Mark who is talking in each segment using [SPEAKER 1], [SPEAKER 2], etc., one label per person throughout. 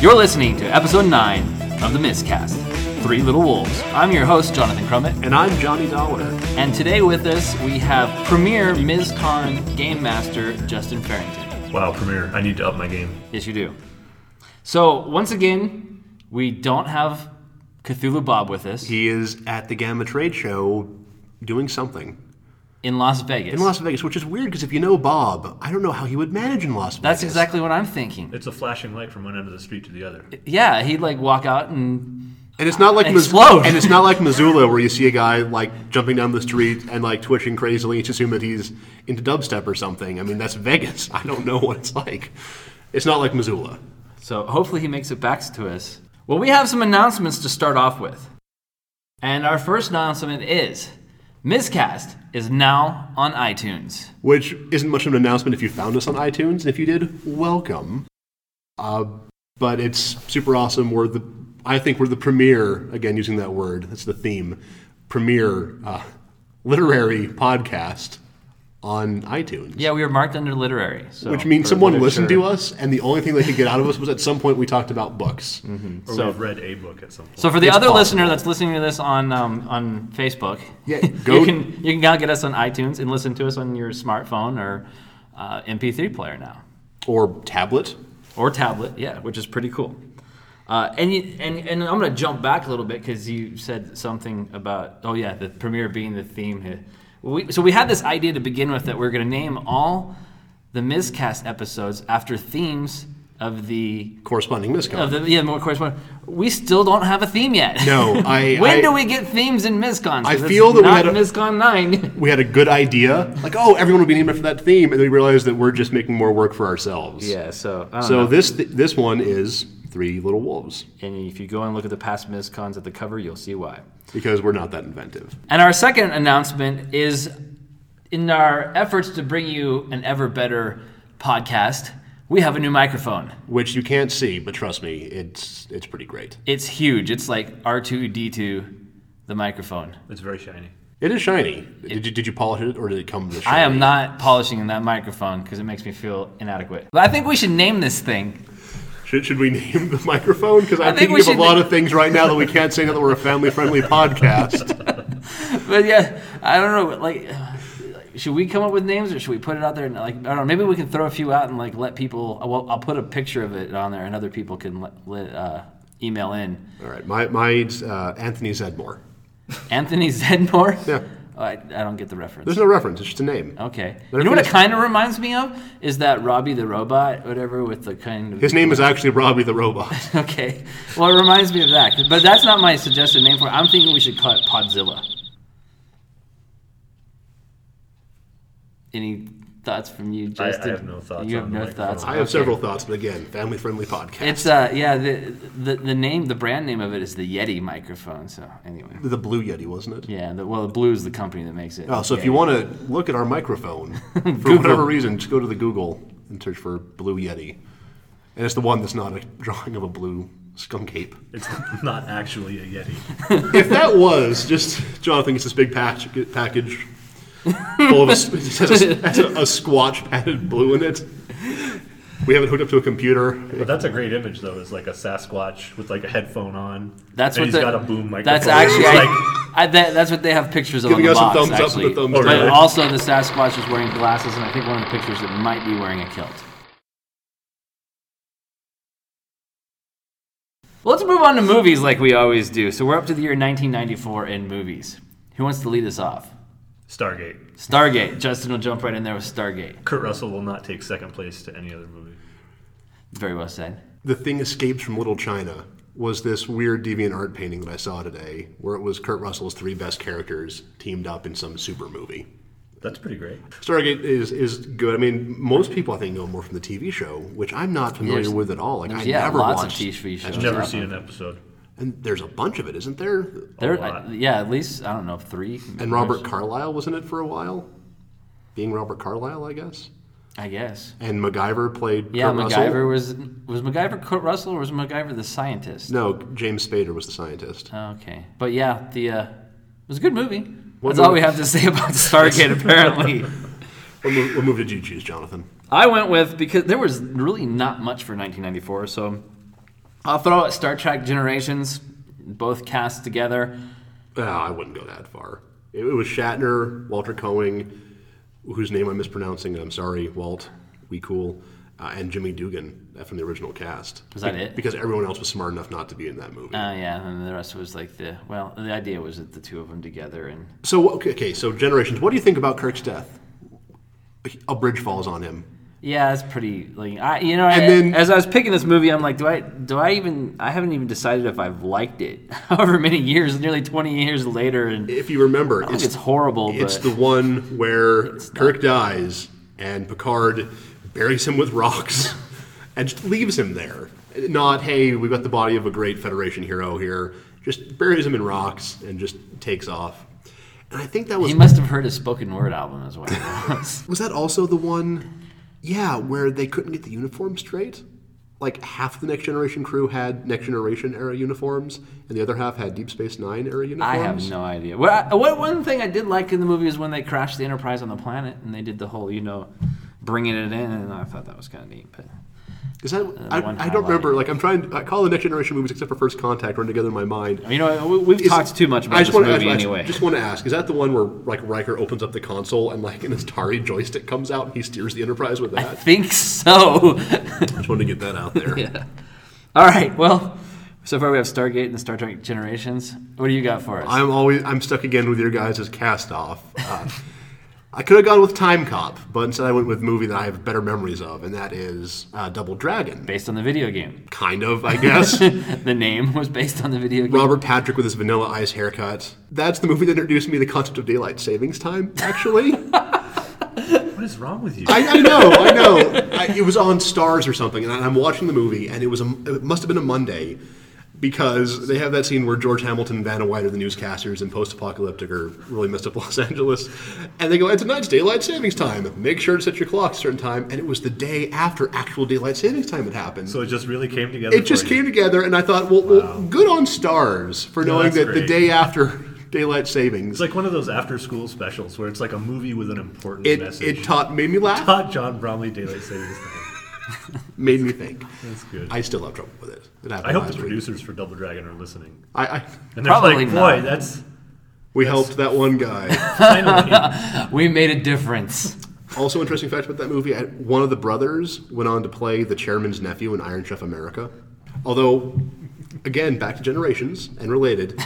[SPEAKER 1] You're listening to episode 9 of The Miscast Three Little Wolves. I'm your host, Jonathan Crummett,
[SPEAKER 2] And I'm Johnny Dollar.
[SPEAKER 1] and today with us we have premier MizCon Game Master Justin Farrington.
[SPEAKER 2] Wow, Premier, I need to up my game.
[SPEAKER 1] Yes, you do. So, once again, we don't have Cthulhu Bob with us
[SPEAKER 2] He is at the Gamma Trade Show doing something
[SPEAKER 1] in Las Vegas.
[SPEAKER 2] in Las Vegas, which is weird because if you know Bob, I don't know how he would manage in Las
[SPEAKER 1] That's
[SPEAKER 2] Vegas.
[SPEAKER 1] exactly what I'm thinking.
[SPEAKER 3] It's a flashing light from one end of the street to the other.
[SPEAKER 1] Yeah, he'd like walk out and
[SPEAKER 2] And it's not like Mis-
[SPEAKER 1] Explode.
[SPEAKER 2] and it's not like Missoula where you see a guy like jumping down the street and like twitching crazily. You just assume that he's into dubstep or something. I mean, that's Vegas. I don't know what it's like. It's not like Missoula.
[SPEAKER 1] So hopefully he makes it back to us. Well, we have some announcements to start off with. And our first announcement is Miscast is now on iTunes.
[SPEAKER 2] which isn't much of an announcement if you found us on iTunes. And if you did, welcome. Uh, but it's super awesome. We're the, I think we're the premier, again, using that word, that's the theme, premier uh, literary podcast on iTunes.
[SPEAKER 1] Yeah, we were marked under literary. So
[SPEAKER 2] Which means someone listened to us, and the only thing they could get out of us was at some point we talked about books.
[SPEAKER 3] Or
[SPEAKER 1] So-
[SPEAKER 3] we've read a book at some point.
[SPEAKER 1] So for the
[SPEAKER 2] It's
[SPEAKER 1] other
[SPEAKER 2] possible.
[SPEAKER 1] listener that's listening to this on um, on Facebook,
[SPEAKER 2] Yeah, go-
[SPEAKER 1] you can you can now get us on iTunes and listen to us on your smartphone or uh, MP3 player now.
[SPEAKER 2] Or tablet.
[SPEAKER 1] or tablet, yeah, which is pretty cool. Uh, and, you, and and I'm going to jump back a little bit because you said something about oh yeah, the premiere being the theme. here. We, so we had this idea to begin with that we're going to name all the Mizcast episodes after themes of the
[SPEAKER 2] Corresponding miscom.
[SPEAKER 1] of the yeah more course one. We still don't have a theme yet.
[SPEAKER 2] No, I-
[SPEAKER 1] when
[SPEAKER 2] I-
[SPEAKER 1] do we get themes in Mizcon?
[SPEAKER 2] I feel that we
[SPEAKER 1] not
[SPEAKER 2] had a-
[SPEAKER 1] Mizcon nine.
[SPEAKER 2] we had a good idea, like, oh, everyone would be named after that theme, and then we realized that we're just making more work for ourselves.
[SPEAKER 1] yeah, so I don't
[SPEAKER 2] So
[SPEAKER 1] know.
[SPEAKER 2] this th- this one is Three Little Wolves
[SPEAKER 1] and if you go and look at the past Mizcons at the cover, you'll see why.
[SPEAKER 2] because we're not that inventive.
[SPEAKER 1] And our second announcement is in our efforts to bring you an ever better podcast, we have a new microphone.
[SPEAKER 2] Which you can't see, but trust me, it's it's pretty great.
[SPEAKER 1] It's huge. It's like R2D2, the microphone.
[SPEAKER 3] it's very shiny.
[SPEAKER 2] It is shiny. did you did you polish it or did it come this? Shiny?
[SPEAKER 1] I am not polishing that microphone because it makes me feel inadequate. But I think we should name this thing.
[SPEAKER 2] Should, should we name the microphone? Because I'm
[SPEAKER 1] think we
[SPEAKER 2] thinking of a
[SPEAKER 1] should
[SPEAKER 2] lot
[SPEAKER 1] name-
[SPEAKER 2] of things right now that we can't say now that we're a family friendly podcast.
[SPEAKER 1] But yeah, I don't know. Like, should we come up with names or should we put it out there? And like, I don't know. Maybe we can throw a few out and like let people. Well, I'll put a picture of it on there, and other people can let, let, uh, email in.
[SPEAKER 2] All right, my mine's uh, Anthony Zedmore.
[SPEAKER 1] Anthony Zedmore?
[SPEAKER 2] Yeah.
[SPEAKER 1] Oh, I, I don't get the reference.
[SPEAKER 2] There's no reference; it's just a name.
[SPEAKER 1] Okay.
[SPEAKER 2] But
[SPEAKER 1] you know what it
[SPEAKER 2] everything's-
[SPEAKER 1] kind of reminds me of? Is that Robbie the Robot, whatever, with the kind of.
[SPEAKER 2] His name is actually Robbie the Robot.
[SPEAKER 1] Okay. Well, it reminds me of that. But that's not my suggested name for it. I'm thinking we should call it Podzilla. Any thoughts from you,
[SPEAKER 3] I
[SPEAKER 1] Justin?
[SPEAKER 3] have no thoughts
[SPEAKER 1] You
[SPEAKER 3] on
[SPEAKER 1] have no
[SPEAKER 3] the microphone.
[SPEAKER 1] thoughts.
[SPEAKER 2] I
[SPEAKER 1] Okay.
[SPEAKER 2] have several thoughts, but again, family friendly podcast.
[SPEAKER 1] It's uh yeah the, the the name the brand name of it is the Yeti microphone so anyway
[SPEAKER 2] the Blue Yeti, wasn't it?
[SPEAKER 1] yeah the, well the blue is the company that makes it
[SPEAKER 2] Oh, so if
[SPEAKER 1] Yeti.
[SPEAKER 2] you want to look at our microphone, for whatever reason, just go to the Google and search for Blue Yeti. And it's the one that's not a drawing of a blue skunk ape.
[SPEAKER 3] It's not actually a Yeti.
[SPEAKER 2] if that was, just, Jonathan gets this big patch, package full of a, s- it has a, has a, a squatch padded blue in it. We have it hooked up to a computer.
[SPEAKER 3] But that's a great image, though. Is like a Sasquatch with like a headphone on.
[SPEAKER 1] That's
[SPEAKER 3] and
[SPEAKER 1] what
[SPEAKER 3] he's
[SPEAKER 1] the,
[SPEAKER 3] got a boom microphone.
[SPEAKER 1] That's actually
[SPEAKER 3] It's
[SPEAKER 1] I,
[SPEAKER 3] like
[SPEAKER 1] I, that, that's what they have pictures of on
[SPEAKER 2] Giving
[SPEAKER 1] the
[SPEAKER 2] us a
[SPEAKER 1] box.
[SPEAKER 2] thumbs up and a
[SPEAKER 1] actually,
[SPEAKER 2] thumbs
[SPEAKER 1] but
[SPEAKER 3] down.
[SPEAKER 1] also the Sasquatch is wearing glasses, and I think one of the pictures it might be wearing a kilt. Well, let's move on to movies like we always do. So we're up to the year 1994 in movies. Who wants to lead us off?
[SPEAKER 3] Stargate.
[SPEAKER 1] Stargate. Justin will jump right in there with Stargate.
[SPEAKER 3] Kurt Russell will not take second place to any other movie.
[SPEAKER 1] Very well said.
[SPEAKER 2] The Thing Escapes from Little China was this weird deviant art painting that I saw today where it was Kurt Russell's three best characters teamed up in some super movie.
[SPEAKER 3] That's pretty great.
[SPEAKER 2] Stargate is is good. I mean, most people I think know more from the TV show, which I'm not familiar
[SPEAKER 1] There's-
[SPEAKER 2] with at all. Like I
[SPEAKER 1] there's- yeah,
[SPEAKER 2] never
[SPEAKER 1] lots of
[SPEAKER 2] watched
[SPEAKER 1] TV shows.
[SPEAKER 2] That's-
[SPEAKER 3] Never
[SPEAKER 1] Yeah.
[SPEAKER 3] seen an episode.
[SPEAKER 2] And there's a bunch of it, isn't there?
[SPEAKER 1] There,
[SPEAKER 3] lot.
[SPEAKER 1] I- yeah, at least I don't know three.
[SPEAKER 2] And Robert Carlyle was in it for a while, being Robert Carlyle, I guess.
[SPEAKER 1] I guess.
[SPEAKER 2] And MacGyver played.
[SPEAKER 1] Yeah,
[SPEAKER 2] Kurt Russell.
[SPEAKER 1] MacGyver was was MacGyver Kurt Russell or was MacGyver the scientist?
[SPEAKER 2] No, James Spader was the scientist.
[SPEAKER 1] Okay, but yeah, the uh, it was a good movie.
[SPEAKER 2] What
[SPEAKER 1] That's all we
[SPEAKER 2] movie?
[SPEAKER 1] have to say about Stargate. apparently,
[SPEAKER 2] What move, what move did you choose, Jonathan?
[SPEAKER 1] I went with because there was really not much for 1994, so I'll throw out Star Trek Generations, both cast together.
[SPEAKER 2] Uh, I wouldn't go that far. It, it was Shatner, Walter Coing, whose name I'm mispronouncing, and I'm sorry, Walt, we cool, uh, and Jimmy Dugan uh, from the original cast.
[SPEAKER 1] Was that it?
[SPEAKER 2] Because everyone else was smart enough not to be in that movie.
[SPEAKER 1] Uh, yeah, and the rest was like the well. The idea was that the two of them together, and
[SPEAKER 2] so, okay, okay, so Generations, what do you think about Kirk's death? A bridge falls on him.
[SPEAKER 1] yeah, it's pretty. Like I, you know, I,
[SPEAKER 2] then-
[SPEAKER 1] as I was picking this movie, I'm like, do I, do I even? I haven't even decided if I've liked it. However many years, nearly 20 years later, and
[SPEAKER 2] If you remember,
[SPEAKER 1] it's, horrible.
[SPEAKER 2] It's
[SPEAKER 1] but
[SPEAKER 2] the one where Kirk dies and Picard buries him with rocks and just leaves him there. Not, hey, we've got the body of a great Federation hero here. Just buries him in rocks and just takes off. And I think that was
[SPEAKER 1] he must have heard his spoken word album as well.
[SPEAKER 2] was that also the one yeah, where they couldn't get the uniform straight? Like half the Next Generation crew had Next Generation era uniforms, and the other half had Deep Space Nine era
[SPEAKER 1] I
[SPEAKER 2] uniforms.
[SPEAKER 1] have no idea. Well, I, what one thing I did like in the movie is when they crashed the Enterprise on the planet, and they did the whole, you know, bringing it in, and I thought that was kind of neat. But
[SPEAKER 2] Because I, I,
[SPEAKER 1] Uh, one
[SPEAKER 2] I don't
[SPEAKER 1] highlight.
[SPEAKER 2] remember. Like I'm trying. I call the next generation movies except for First Contact run together in my mind.
[SPEAKER 1] you know, we, we've
[SPEAKER 2] Is-
[SPEAKER 1] talked too much about
[SPEAKER 2] I
[SPEAKER 1] this
[SPEAKER 2] just wanna- I
[SPEAKER 1] movie
[SPEAKER 2] just- I
[SPEAKER 1] anyway.
[SPEAKER 2] just want to ask: Is that the one where like Riker opens up the console and like an Atari joystick comes out and he steers the Enterprise with
[SPEAKER 1] I
[SPEAKER 2] that?
[SPEAKER 1] think so.
[SPEAKER 2] I just wanted to get that out there.
[SPEAKER 1] All right. Well, so far we have Stargate and Star Trek Generations. What do you got for us?
[SPEAKER 2] I'm always I'm stuck again with your guys' cast off. Uh, I could have gone with Time Cop, but instead I went with a movie that I have better memories of, and that is uh, Double Dragon.
[SPEAKER 1] based on the video game.
[SPEAKER 2] Kind of, I guess.
[SPEAKER 1] the name was based on the video game.
[SPEAKER 2] Robert Patrick with his vanilla ice haircut. That's the movie that introduced me to the concept of daylight savings time, actually. I,
[SPEAKER 3] What is wrong with you?
[SPEAKER 2] I know, I know. I, it was on Stars or something, and I- I'm watching the movie, and it was a, it must have been a Monday because they have that scene where George Hamilton and Vanna White are the newscasters in post-apocalyptic or really messed up Los Angeles, and they go, "And tonight's daylight savings time. Make sure to set your clock a certain time." And it was the day after actual daylight savings time had happened.
[SPEAKER 3] so it just really came together.
[SPEAKER 2] It just
[SPEAKER 3] for you.
[SPEAKER 2] came together, and I thought, well, well good on stars for knowing
[SPEAKER 3] that's
[SPEAKER 2] that the
[SPEAKER 3] great.
[SPEAKER 2] day after daylight savings,
[SPEAKER 3] It's like one of those after-school specials where it's like a movie with an important
[SPEAKER 2] it
[SPEAKER 3] message.
[SPEAKER 2] it taught made me laugh,
[SPEAKER 3] Hot John Bromley Daylight Savings Time.
[SPEAKER 2] made me think.
[SPEAKER 3] That's good. I,
[SPEAKER 2] I still have trouble with it. It happened
[SPEAKER 3] hope
[SPEAKER 2] last
[SPEAKER 3] the
[SPEAKER 2] week.
[SPEAKER 3] producers for Double Dragon are listening.
[SPEAKER 2] I, I
[SPEAKER 3] And they're
[SPEAKER 1] Probably
[SPEAKER 3] like, boy,
[SPEAKER 1] not.
[SPEAKER 3] that's
[SPEAKER 2] we helped that one guy.
[SPEAKER 3] finally.
[SPEAKER 1] We made a difference.
[SPEAKER 2] also, interesting fact about that movie: I, one of the brothers went on to play the chairman's nephew in Iron Chef America. Although, again, back to generations and related,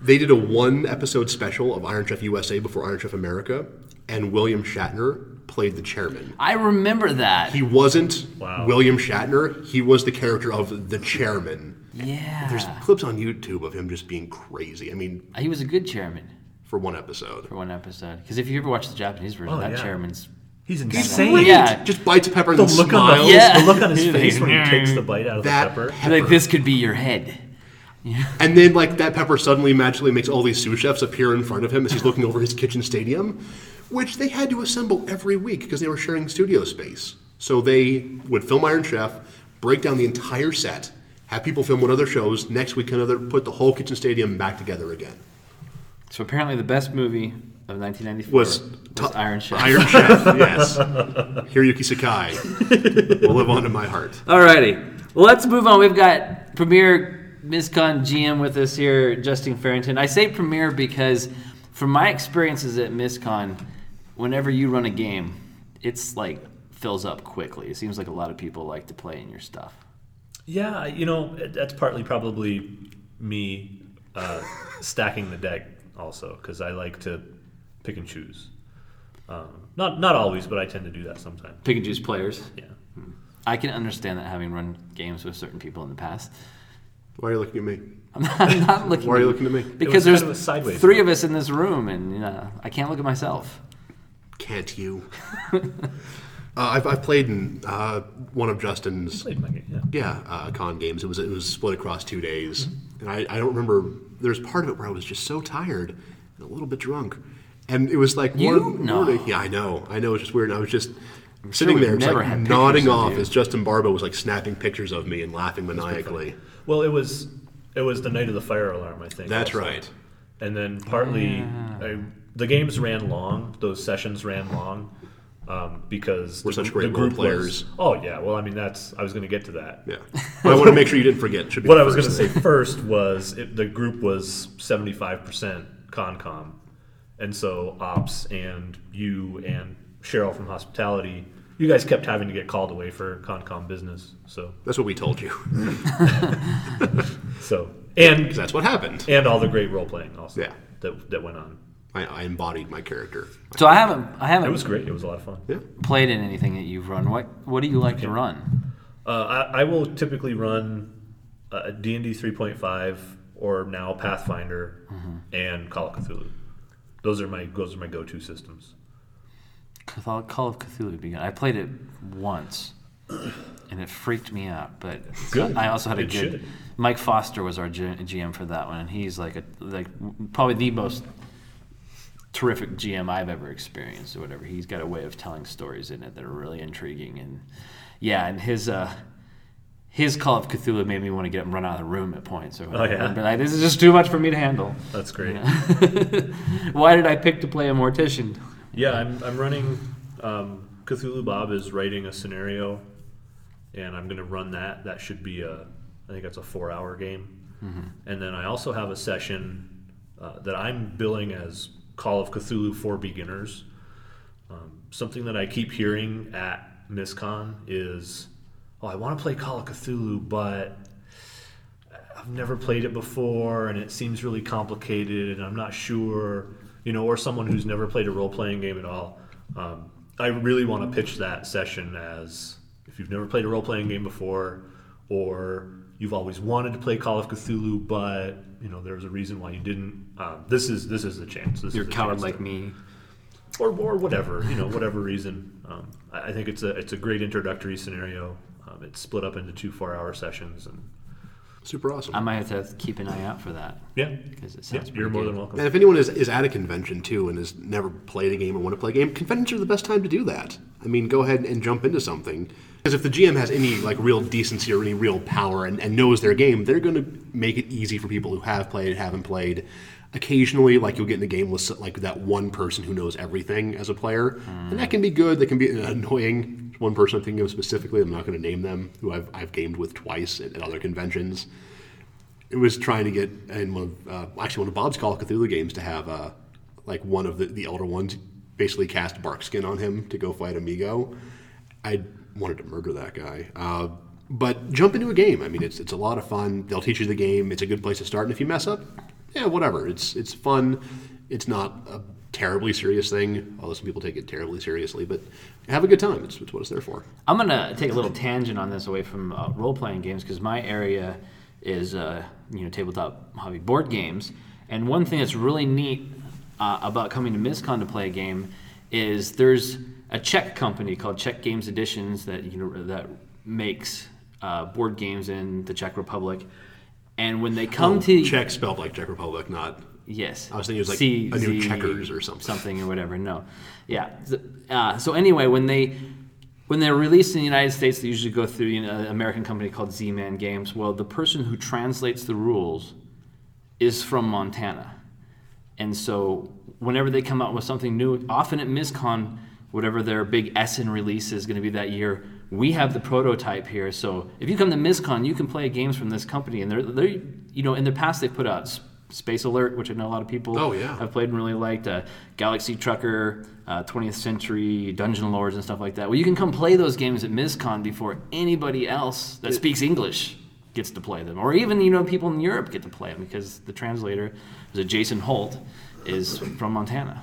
[SPEAKER 2] they did a one-episode special of Iron Chef USA before Iron Chef America, and William Shatner played the chairman.
[SPEAKER 1] I remember that.
[SPEAKER 2] He wasn't
[SPEAKER 3] Wow.
[SPEAKER 2] William Shatner. He was the character of the chairman.
[SPEAKER 1] yeah.
[SPEAKER 2] There's clips on YouTube of him just being crazy. I mean,
[SPEAKER 1] He was a good chairman
[SPEAKER 2] for one episode.
[SPEAKER 1] for one episode. Because if you ever watch the Japanese version,
[SPEAKER 3] Oh,
[SPEAKER 1] that
[SPEAKER 3] yeah.
[SPEAKER 1] chairman's
[SPEAKER 3] He's insane.
[SPEAKER 1] great. Yeah.
[SPEAKER 2] Just bites a pepper and
[SPEAKER 3] The
[SPEAKER 2] then
[SPEAKER 3] look
[SPEAKER 2] smiles.
[SPEAKER 3] on the,
[SPEAKER 1] Yeah.
[SPEAKER 3] the look on his face when he
[SPEAKER 1] Yeah.
[SPEAKER 3] takes the bite out of
[SPEAKER 2] That
[SPEAKER 3] the pepper.
[SPEAKER 2] pepper.
[SPEAKER 1] like this could be your head.
[SPEAKER 2] And then, like, that pepper suddenly magically makes all these sous chefs appear in front of him as he's looking over his kitchen stadium, which they had to assemble every week because they were sharing studio space. So they would film Iron Chef, break down the entire set, have people film what other shows, next week another, put the whole kitchen stadium back together again.
[SPEAKER 1] So apparently, the best movie of 1994
[SPEAKER 2] was,
[SPEAKER 1] was, Iron Chef.
[SPEAKER 2] Iron Chef, yes. Hiroyuki Sakai will live on in my heart.
[SPEAKER 1] Alrighty, well, let's move on. We've got Premier MizCon GM with us here, Justin Farrington. I say Premier because, from my experiences at MizCon, whenever you run a game, it's like fills up quickly. It seems like a lot of people like to play in your stuff.
[SPEAKER 3] Yeah, you know, it- that's partly probably me uh, stacking the deck also because I like to pick and choose. Um, not not always, but I tend to do that sometimes.
[SPEAKER 1] Pick and choose players.
[SPEAKER 3] Yeah.
[SPEAKER 1] Hmm. I can understand that having run games with certain people in the past.
[SPEAKER 2] Why are you looking at me?
[SPEAKER 1] I'm not, I'm not looking.
[SPEAKER 2] Why are you looking at me?
[SPEAKER 1] Because
[SPEAKER 3] It
[SPEAKER 1] there's
[SPEAKER 3] was kind of a sideways
[SPEAKER 1] three
[SPEAKER 3] look.
[SPEAKER 1] of us in this room, and uh, I can't look at myself.
[SPEAKER 2] Can't you? Uh, I've, I've played in uh, one of Justin's
[SPEAKER 3] Played my game,
[SPEAKER 2] yeah
[SPEAKER 3] yeah.
[SPEAKER 2] uh, con games. It was it was split across two days, and I, I don't remember. There was part of it where I was just so tired and a little bit drunk, and it was like
[SPEAKER 1] You?
[SPEAKER 2] one
[SPEAKER 1] No.
[SPEAKER 2] morning- Yeah, I know, I know. It's just weird. And I was just sitting
[SPEAKER 1] we've
[SPEAKER 2] there, just
[SPEAKER 1] never
[SPEAKER 2] like
[SPEAKER 1] had pictures
[SPEAKER 2] nodding
[SPEAKER 1] of
[SPEAKER 2] off
[SPEAKER 1] you.
[SPEAKER 2] as Justin Barbo was like snapping pictures of me and laughing maniacally.
[SPEAKER 3] Well, it was it was the night of the fire alarm, I think.
[SPEAKER 2] That's
[SPEAKER 3] also.
[SPEAKER 2] right.
[SPEAKER 3] And then partly, I, the games ran long. Those sessions ran long, um, because
[SPEAKER 2] We're
[SPEAKER 3] the,
[SPEAKER 2] such
[SPEAKER 3] gr-
[SPEAKER 2] great
[SPEAKER 3] the
[SPEAKER 2] role
[SPEAKER 3] group
[SPEAKER 2] players.
[SPEAKER 3] was- oh yeah, well I mean that's I was going to get to that.
[SPEAKER 2] Yeah. But I want to make sure you didn't forget. Should be
[SPEAKER 3] What
[SPEAKER 2] the
[SPEAKER 3] I was going
[SPEAKER 2] first
[SPEAKER 3] to
[SPEAKER 2] thing.
[SPEAKER 3] say first was it, the group was 75% Concom. And so Ops and you and Cheryl from Hospitality, you guys kept having to get called away for Concom business. So,
[SPEAKER 2] That's what we told you. 'Cause
[SPEAKER 3] so and
[SPEAKER 2] That's what happened.
[SPEAKER 3] and all the great role playing also
[SPEAKER 2] Yeah.
[SPEAKER 3] that that went on.
[SPEAKER 2] I, I embodied my character.
[SPEAKER 1] So I haven't I
[SPEAKER 3] It was
[SPEAKER 1] haven't
[SPEAKER 3] great. It was a lot of fun.
[SPEAKER 2] Yeah.
[SPEAKER 1] played in anything that you've run. What what do you like to run?
[SPEAKER 3] Uh, I, I will typically run uh, D&D 3.5 or now Pathfinder and Call of Cthulhu. Those are my those are my go-to systems.
[SPEAKER 1] Call Call of Cthulhu began. I played it once, and it freaked me out. But
[SPEAKER 3] Good.
[SPEAKER 1] I also had a
[SPEAKER 3] It
[SPEAKER 1] good.
[SPEAKER 3] should.
[SPEAKER 1] Mike Foster was our G- GM for that one, and he's like a like probably the most terrific GM I've ever experienced or whatever. He's got a way of telling stories in it that are really intriguing and yeah, and his uh his Call of Cthulhu made me want to get up and run out of the room at points or whatever.
[SPEAKER 3] Oh, yeah.
[SPEAKER 1] And be like, this is just too much for me to handle.
[SPEAKER 3] That's great.
[SPEAKER 1] Why did I pick to play a mortician?
[SPEAKER 3] Yeah, I'm, I'm running. Um, Cthulhu Bob is writing a scenario, and I'm going to run that. That should be a, I think that's a four hour game. And then I also have a session uh, that I'm billing as Call of Cthulhu for Beginners. Um, something that I keep hearing at MISCON is, oh, I want to play Call of Cthulhu, but I've never played it before and it seems really complicated and I'm not sure, you know, or someone who's never played a role playing game at all. Um, I really want to pitch that session as if you've never played a role playing game before or you've always wanted to play Call of Cthulhu, but you know there was a reason why you didn't. Um, this is this is the chance. This
[SPEAKER 1] You're a
[SPEAKER 3] is the
[SPEAKER 1] coward
[SPEAKER 3] chance
[SPEAKER 1] like
[SPEAKER 3] to-
[SPEAKER 1] me.
[SPEAKER 3] or or whatever you know whatever reason. Um, I, I think it's a it's a great introductory scenario. Um, it's split up into two four hour sessions and
[SPEAKER 2] Super awesome.
[SPEAKER 1] I might have to keep an eye out for that.
[SPEAKER 3] yeah,
[SPEAKER 1] Because it
[SPEAKER 3] yeah
[SPEAKER 1] sounds pretty
[SPEAKER 3] you're more
[SPEAKER 1] good.
[SPEAKER 3] than welcome.
[SPEAKER 2] and if anyone is, is at a convention too and has never played a game or want to play a game, conventions are the best time to do that. I mean, go ahead and jump into something. Because if the GM has any like real decency or any real power and, and knows their game, they're going to make it easy for people who have played, haven't played. Occasionally, like you'll get in a game with like that one person who knows everything as a player, and that can be good. That can be uh, annoying. One person I'm thinking of specifically, I'm not going to name them, who I've I've gamed with twice at, at other conventions it was trying to get in one of uh, actually one of Bob's Call of Cthulhu games to have uh, like one of the, the elder ones basically cast Barkskin on him to go fight Amigo. I wanted to murder that guy. Uh, but jump into a game. I mean, it's it's a lot of fun. They'll teach you the game. It's a good place to start. And if you mess up, yeah, whatever. It's it's fun. It's not a terribly serious thing. Although some people take it terribly seriously, but have a good time. It's, it's what it's there for.
[SPEAKER 1] I'm gonna take a little tangent on this away from uh, role playing games because my area is uh, you know tabletop hobby board games, and one thing that's really neat uh, about coming to MizCon to play a game is there's a Czech company called Czech Games Editions that you know that makes uh, board games in the Czech Republic, and when they come to
[SPEAKER 2] Oh, Czech Um, spelled like Czech Republic, not
[SPEAKER 1] Yes.
[SPEAKER 2] I was thinking it was like a new Checkers or something.
[SPEAKER 1] Something or whatever. No. Yeah. So, uh, so anyway, when they when they're released in the United States, they usually go through you know, an American company called Z-Man Games. Well, the person who translates the rules is from Montana. And so whenever they come out with something new, often at MizCon, whatever their big Essen release is going to be that year, we have the prototype here. So if you come to MizCon, you can play games from this company. And they're, they're you know, in the past they put out S- Space Alert, which I know a lot of people
[SPEAKER 2] Oh, yeah.
[SPEAKER 1] have played and really liked, uh, Galaxy Trucker, uh, 20th Century, Dungeon Lords, and stuff like that. Well, you can come play those games at MizCon before anybody else that speaks English gets to play them, or even you know people in Europe get to play them because the translator, was a Jason Holt, is from Montana.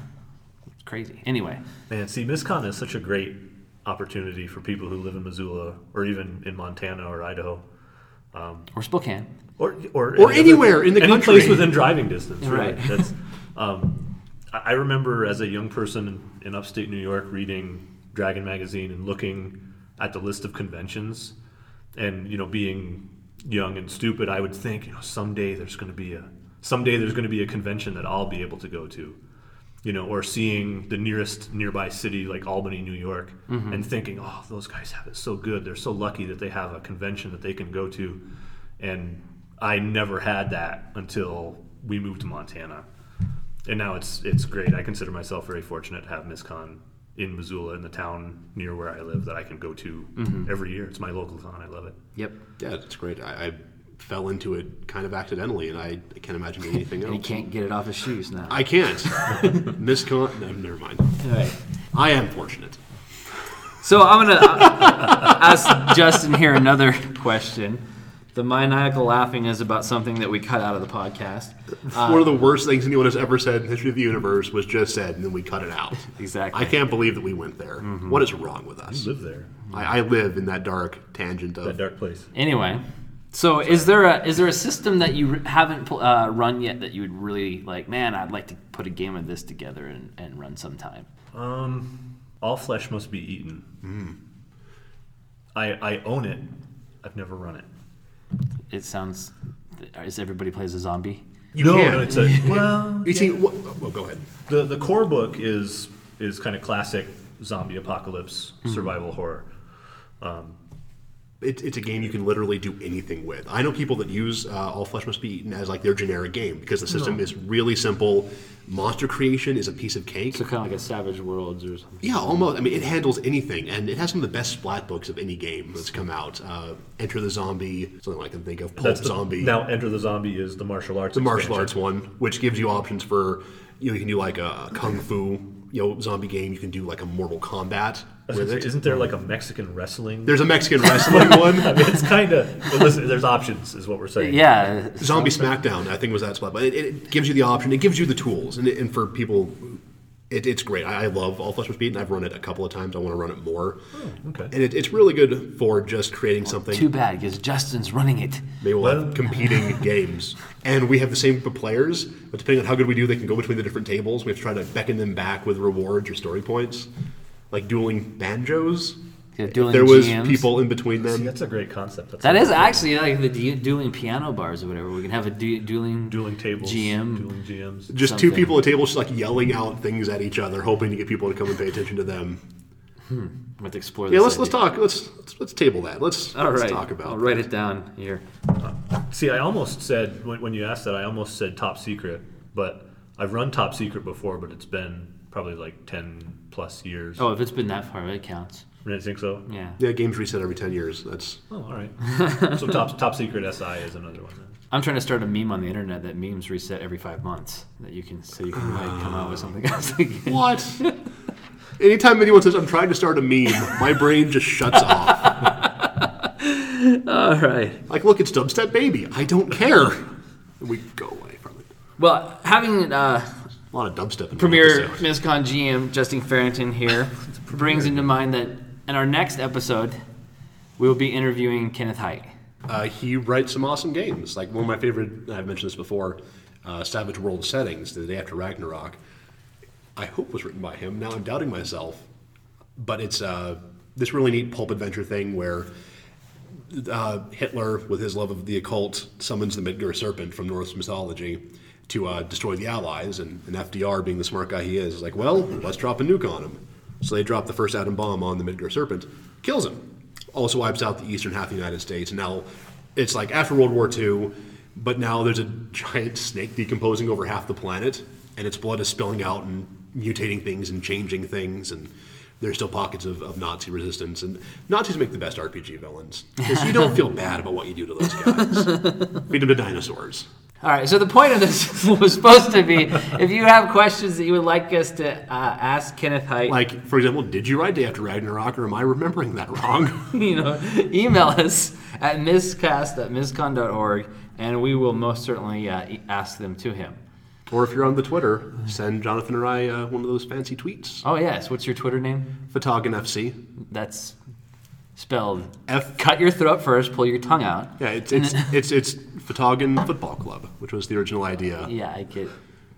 [SPEAKER 1] It's crazy. Anyway,
[SPEAKER 3] Man, see, MISCON is such a great opportunity for people who live in Missoula or even in Montana or Idaho.
[SPEAKER 1] or Spokane.
[SPEAKER 3] Or, or,
[SPEAKER 2] Or
[SPEAKER 3] any
[SPEAKER 2] anywhere in the
[SPEAKER 3] any
[SPEAKER 2] country.
[SPEAKER 3] place within driving distance,
[SPEAKER 1] Right.
[SPEAKER 3] right? That's, um, I I remember as a young person in upstate New York reading Dragon magazine and looking at the list of conventions, and you know, being young and stupid, I would think, you know, someday there's going to be a someday there's going to be a convention that I'll be able to go to, you know, or seeing the nearest nearby city like Albany, New York, and thinking, oh, those guys have it so good. They're so lucky that they have a convention that they can go to, and I never had that until we moved to Montana, and now it's it's great. I consider myself very fortunate to have MissCon in Missoula, in the town near where I live, that I can go to every year. It's my local town. I love it.
[SPEAKER 1] Yep.
[SPEAKER 2] Yeah, it's great. I, I fell into it kind of accidentally, and I, I can't imagine doing anything
[SPEAKER 1] And he
[SPEAKER 2] else.
[SPEAKER 1] can't get it off his shoes now.
[SPEAKER 2] I can't. Miscon. No, never mind.
[SPEAKER 1] All right.
[SPEAKER 2] I am fortunate.
[SPEAKER 1] So I'm gonna uh, ask Justin here another question. The maniacal laughing is about something that we cut out of the podcast.
[SPEAKER 2] One of the worst things anyone has ever said in the history of the universe was just said, and then we cut it out.
[SPEAKER 1] Exactly.
[SPEAKER 2] I can't believe that we went there. What is wrong with us?
[SPEAKER 3] Live there,
[SPEAKER 2] I, I live in Mm-hmm. that dark tangent of.
[SPEAKER 3] that dark place.
[SPEAKER 1] Anyway, so is there a is there a system that you r- haven't pl- uh, run yet that you would really like? Man, I'd like to put a game of this together and, and run sometime.
[SPEAKER 3] Um, all flesh must be eaten. Mm. I I own it. I've never run it.
[SPEAKER 1] It sounds. Is everybody plays a zombie?
[SPEAKER 2] You
[SPEAKER 3] no,
[SPEAKER 2] can't.
[SPEAKER 3] no, it's a well.
[SPEAKER 2] You see, what, well, go ahead.
[SPEAKER 3] The the core book is is kind of classic zombie apocalypse
[SPEAKER 2] Hmm.
[SPEAKER 3] survival horror.
[SPEAKER 2] It, it's a game you can literally do anything with. I know people that use uh, All Flesh Must Be Eaten as like their generic game because the system is really simple. Monster creation is a piece of cake.
[SPEAKER 1] So kind of like a Savage Worlds or something.
[SPEAKER 2] Yeah, almost. I mean, it handles anything, and it has some of the best splat books of any game that's come out. Uh, Enter the Zombie, something I can think of, Pulp
[SPEAKER 3] the,
[SPEAKER 2] Zombie,
[SPEAKER 3] Now enter the zombie is the martial arts.
[SPEAKER 2] the martial arts one, which gives you options for you know you can do like a kung fu you know zombie game. You can do like a Mortal Kombat with it.
[SPEAKER 3] Isn't there like a Mexican wrestling?
[SPEAKER 2] There's a Mexican wrestling one.
[SPEAKER 3] it's kind of listen. There's options, is what we're saying.
[SPEAKER 1] Yeah.
[SPEAKER 2] Zombie SmackDown, I think, was that spot. But it, it gives you the option. It gives you the tools, and, and for people, it, it's great. I, I love All Flesh Must Be Eaten. I've run it a couple of times. I want to run it more.
[SPEAKER 3] okay.
[SPEAKER 2] And it, it's really good for just creating something.
[SPEAKER 1] Too bad because Justin's running it.
[SPEAKER 2] They will have competing games, and we have the same players. But depending on how good we do, they can go between the different tables. We have to try to beckon them back with rewards or story points, like dueling banjos.
[SPEAKER 1] Yeah,
[SPEAKER 2] If
[SPEAKER 1] dueling
[SPEAKER 2] there was
[SPEAKER 1] GMs.
[SPEAKER 2] people in between
[SPEAKER 3] See,
[SPEAKER 2] them.
[SPEAKER 3] that's a great concept. That's
[SPEAKER 1] That
[SPEAKER 3] a-
[SPEAKER 1] is actually like the du- dueling piano bars or whatever. We can have a du- dueling
[SPEAKER 3] dueling tables.
[SPEAKER 1] GM.
[SPEAKER 3] Dueling GMs.
[SPEAKER 2] Just two
[SPEAKER 1] something.
[SPEAKER 2] people at tables, just like yelling out things at each other, hoping to get people to come and pay attention to them.
[SPEAKER 1] I'm to explore.
[SPEAKER 2] Yeah,
[SPEAKER 1] this
[SPEAKER 2] let's let's
[SPEAKER 1] idea.
[SPEAKER 2] talk. Let's let's, let's table that. Let's,
[SPEAKER 1] All
[SPEAKER 2] let's
[SPEAKER 1] right,
[SPEAKER 2] talk about.
[SPEAKER 1] I'll write it down here.
[SPEAKER 3] See, I almost said when, when you asked that, I almost said top secret, but I've run top secret before, but it's been probably like ten plus years.
[SPEAKER 1] Oh, if it's been that far, it counts.
[SPEAKER 3] You don't think so?
[SPEAKER 1] Yeah.
[SPEAKER 2] Yeah, games reset every ten years. That's
[SPEAKER 3] Oh, all right. so top top secret SI is another one. Then.
[SPEAKER 1] I'm trying to start a meme on the internet that memes reset every five months. That you can so you can like come out with something else. again.
[SPEAKER 2] what. Anytime anyone says I'm trying to start a meme, my brain just shuts off.
[SPEAKER 1] All right.
[SPEAKER 2] Like, look, it's Dubstep Baby. I don't care. And we go away from it.
[SPEAKER 1] Well, having uh,
[SPEAKER 2] A lot of dubstep in
[SPEAKER 1] Premier
[SPEAKER 2] one episode.
[SPEAKER 1] MizCon GM Justin Farrington here brings into mind that in our next episode we will be interviewing Kenneth Height.
[SPEAKER 2] Uh, he writes some awesome games. Like, one of my favorite, I've mentioned this before, uh, Savage World Settings, the day after Ragnarok, I hope was written by him. Now I'm doubting myself. But it's uh, this really neat pulp adventure thing where uh, Hitler, with his love of the occult, summons the Midgar Serpent from Norse mythology to uh, destroy the Allies. And, and FDR, being the smart guy he is, is like, well, let's drop a nuke on him. So they drop the first atom bomb on the Midgar Serpent, kills him. Also wipes out the eastern half of the United States. And now it's like after World War II, but now there's a giant snake decomposing over half the planet, and its blood is spilling out and mutating things and changing things. And there's still pockets of, of Nazi resistance, and Nazis make the best RPG villains because you don't feel bad about what you do to those guys. Feed them to dinosaurs.
[SPEAKER 1] All right. So the point of this was supposed to be if you have questions that you would like us to uh, ask Kenneth Height,
[SPEAKER 2] Like, for example, did you ride Day After Ragnarok, or am I remembering that wrong?
[SPEAKER 1] you know, email us at miscast at miscon.org, and we will most certainly uh, e- ask them to him.
[SPEAKER 2] or if you're on the Twitter, send Jonathan or I uh, one of those fancy tweets.
[SPEAKER 1] Oh yes, what's your Twitter name?
[SPEAKER 2] Photogin FC.
[SPEAKER 1] That's spelled.
[SPEAKER 2] F
[SPEAKER 1] Cut your throat first, pull your tongue out.
[SPEAKER 2] Yeah, it's it's it's it's Fatagan Football Club, which was the original idea.
[SPEAKER 1] Yeah, I get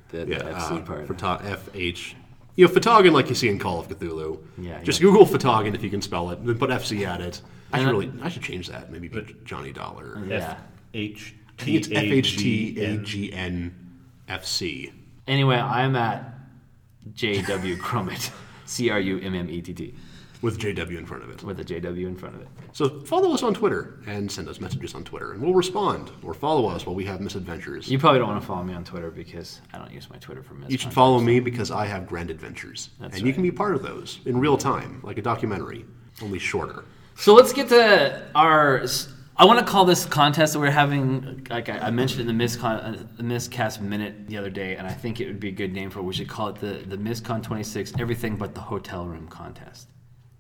[SPEAKER 1] the,
[SPEAKER 2] Yeah,
[SPEAKER 1] the FC
[SPEAKER 2] uh,
[SPEAKER 1] part.
[SPEAKER 2] Fata- FH. You know, Fatagan, like you see in Call of Cthulhu.
[SPEAKER 1] Yeah,
[SPEAKER 2] Just
[SPEAKER 1] yeah.
[SPEAKER 2] Google Fatagan if you can spell it, then put FC at it. I should
[SPEAKER 1] And
[SPEAKER 2] really, I should change that. Maybe be Johnny Dollar.
[SPEAKER 1] yeah.
[SPEAKER 3] H
[SPEAKER 2] I think it's
[SPEAKER 3] T
[SPEAKER 2] F
[SPEAKER 3] A
[SPEAKER 2] H E T
[SPEAKER 3] G
[SPEAKER 2] A
[SPEAKER 3] N.
[SPEAKER 2] G N F C.
[SPEAKER 1] Anyway, I'm at J W Crummett, C R U M M E T T.
[SPEAKER 2] with JW in front of it.
[SPEAKER 1] with a JW in front of it.
[SPEAKER 2] So follow us on Twitter and send us messages on Twitter, and we'll respond or follow us while we have misadventures.
[SPEAKER 1] You probably don't want to follow me on Twitter because I don't use my Twitter for
[SPEAKER 2] You
[SPEAKER 1] mis.
[SPEAKER 2] should follow me because I have grand adventures, and you
[SPEAKER 1] right.
[SPEAKER 2] can be part of those in real time, like a documentary, only shorter.
[SPEAKER 1] So let's get to our. I want to call this contest that we're having. Like I I mentioned in the miscon, uh, the miscast minute the other day, and I think it would be a good name for it. We should call it the the miscon twenty six. Everything but the hotel room contest,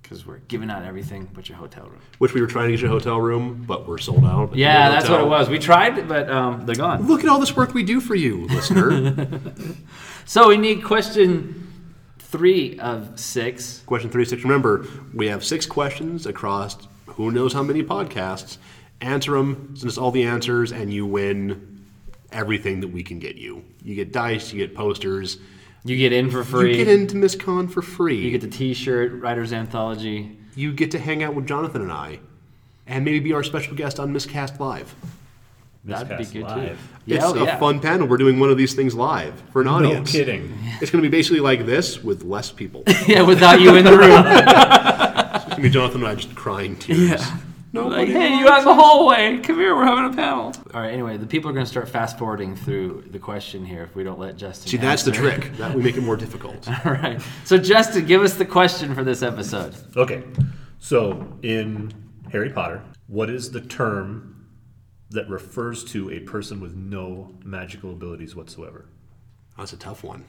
[SPEAKER 1] because we're giving out everything but your hotel room.
[SPEAKER 2] Which we were trying to get you a hotel room, but we're sold out. at
[SPEAKER 1] Yeah,
[SPEAKER 2] the
[SPEAKER 1] that's what
[SPEAKER 2] hotel.
[SPEAKER 1] it was. We tried, but um, they're gone.
[SPEAKER 2] Look at all this work we do for you, listener.
[SPEAKER 1] So we need question three of six.
[SPEAKER 2] Question three six. Remember, we have six questions across who knows how many podcasts. Answer them, send us all the answers, and you win everything that we can get you. You get dice, you get posters,
[SPEAKER 1] You get in for free.
[SPEAKER 2] You get into Miss Con for free.
[SPEAKER 1] You get the T-shirt, Writer's Anthology.
[SPEAKER 2] you get to hang out with Jonathan and I, and maybe be our special guest on Miscast Live.
[SPEAKER 1] That'd be
[SPEAKER 3] Miscast
[SPEAKER 1] good
[SPEAKER 3] live.
[SPEAKER 1] too.
[SPEAKER 2] it's
[SPEAKER 1] oh,
[SPEAKER 2] a fun panel. We're doing one of these things live for an
[SPEAKER 3] No
[SPEAKER 2] audience.
[SPEAKER 3] kidding.
[SPEAKER 2] It's going to be basically like this with less people. it's
[SPEAKER 1] yeah, without you in the room.
[SPEAKER 2] going to be Jonathan and I just crying tears. Yeah.
[SPEAKER 1] like,
[SPEAKER 2] Nobody.
[SPEAKER 1] hey, you out in the hallway. Come here, we're having a panel. All right. Anyway, the people are going to start fast forwarding through the question here if we don't let Justin.
[SPEAKER 2] See, that's the
[SPEAKER 1] answer.
[SPEAKER 2] trick. That we make it more difficult.
[SPEAKER 1] All right. So Justin, give us the question for this episode.
[SPEAKER 3] Okay, so in Harry Potter, what is the term that refers to a person with no magical abilities whatsoever?
[SPEAKER 2] That's a tough one.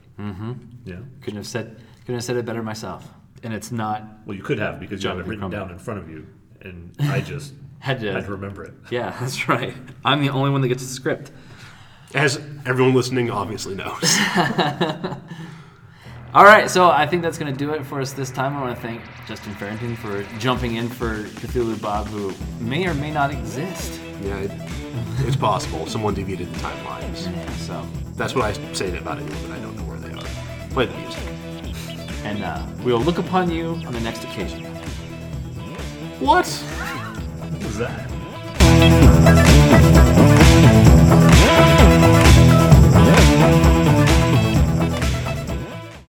[SPEAKER 3] Yeah.
[SPEAKER 1] Couldn't have said couldn't have said it better myself. And it's not
[SPEAKER 3] Well, you could have because you have it
[SPEAKER 1] Jonathan
[SPEAKER 3] written
[SPEAKER 1] Crumb.
[SPEAKER 3] down in front of you, and I just
[SPEAKER 1] had to.
[SPEAKER 3] had to remember it.
[SPEAKER 1] yeah, that's right. I'm the only one that gets the script.
[SPEAKER 2] As everyone listening obviously knows.
[SPEAKER 1] All right, so I think that's going to do it for us this time. I want to thank Justin Farrington for jumping in for Cthulhu Bob, who may or may not exist.
[SPEAKER 2] yeah, it, it's possible. Someone deviated the timelines.
[SPEAKER 1] So,
[SPEAKER 2] That's what I say about it, but I don't know where they are. Play the music.
[SPEAKER 1] and uh, we will look upon you on the next occasion.
[SPEAKER 2] What?
[SPEAKER 3] What was that?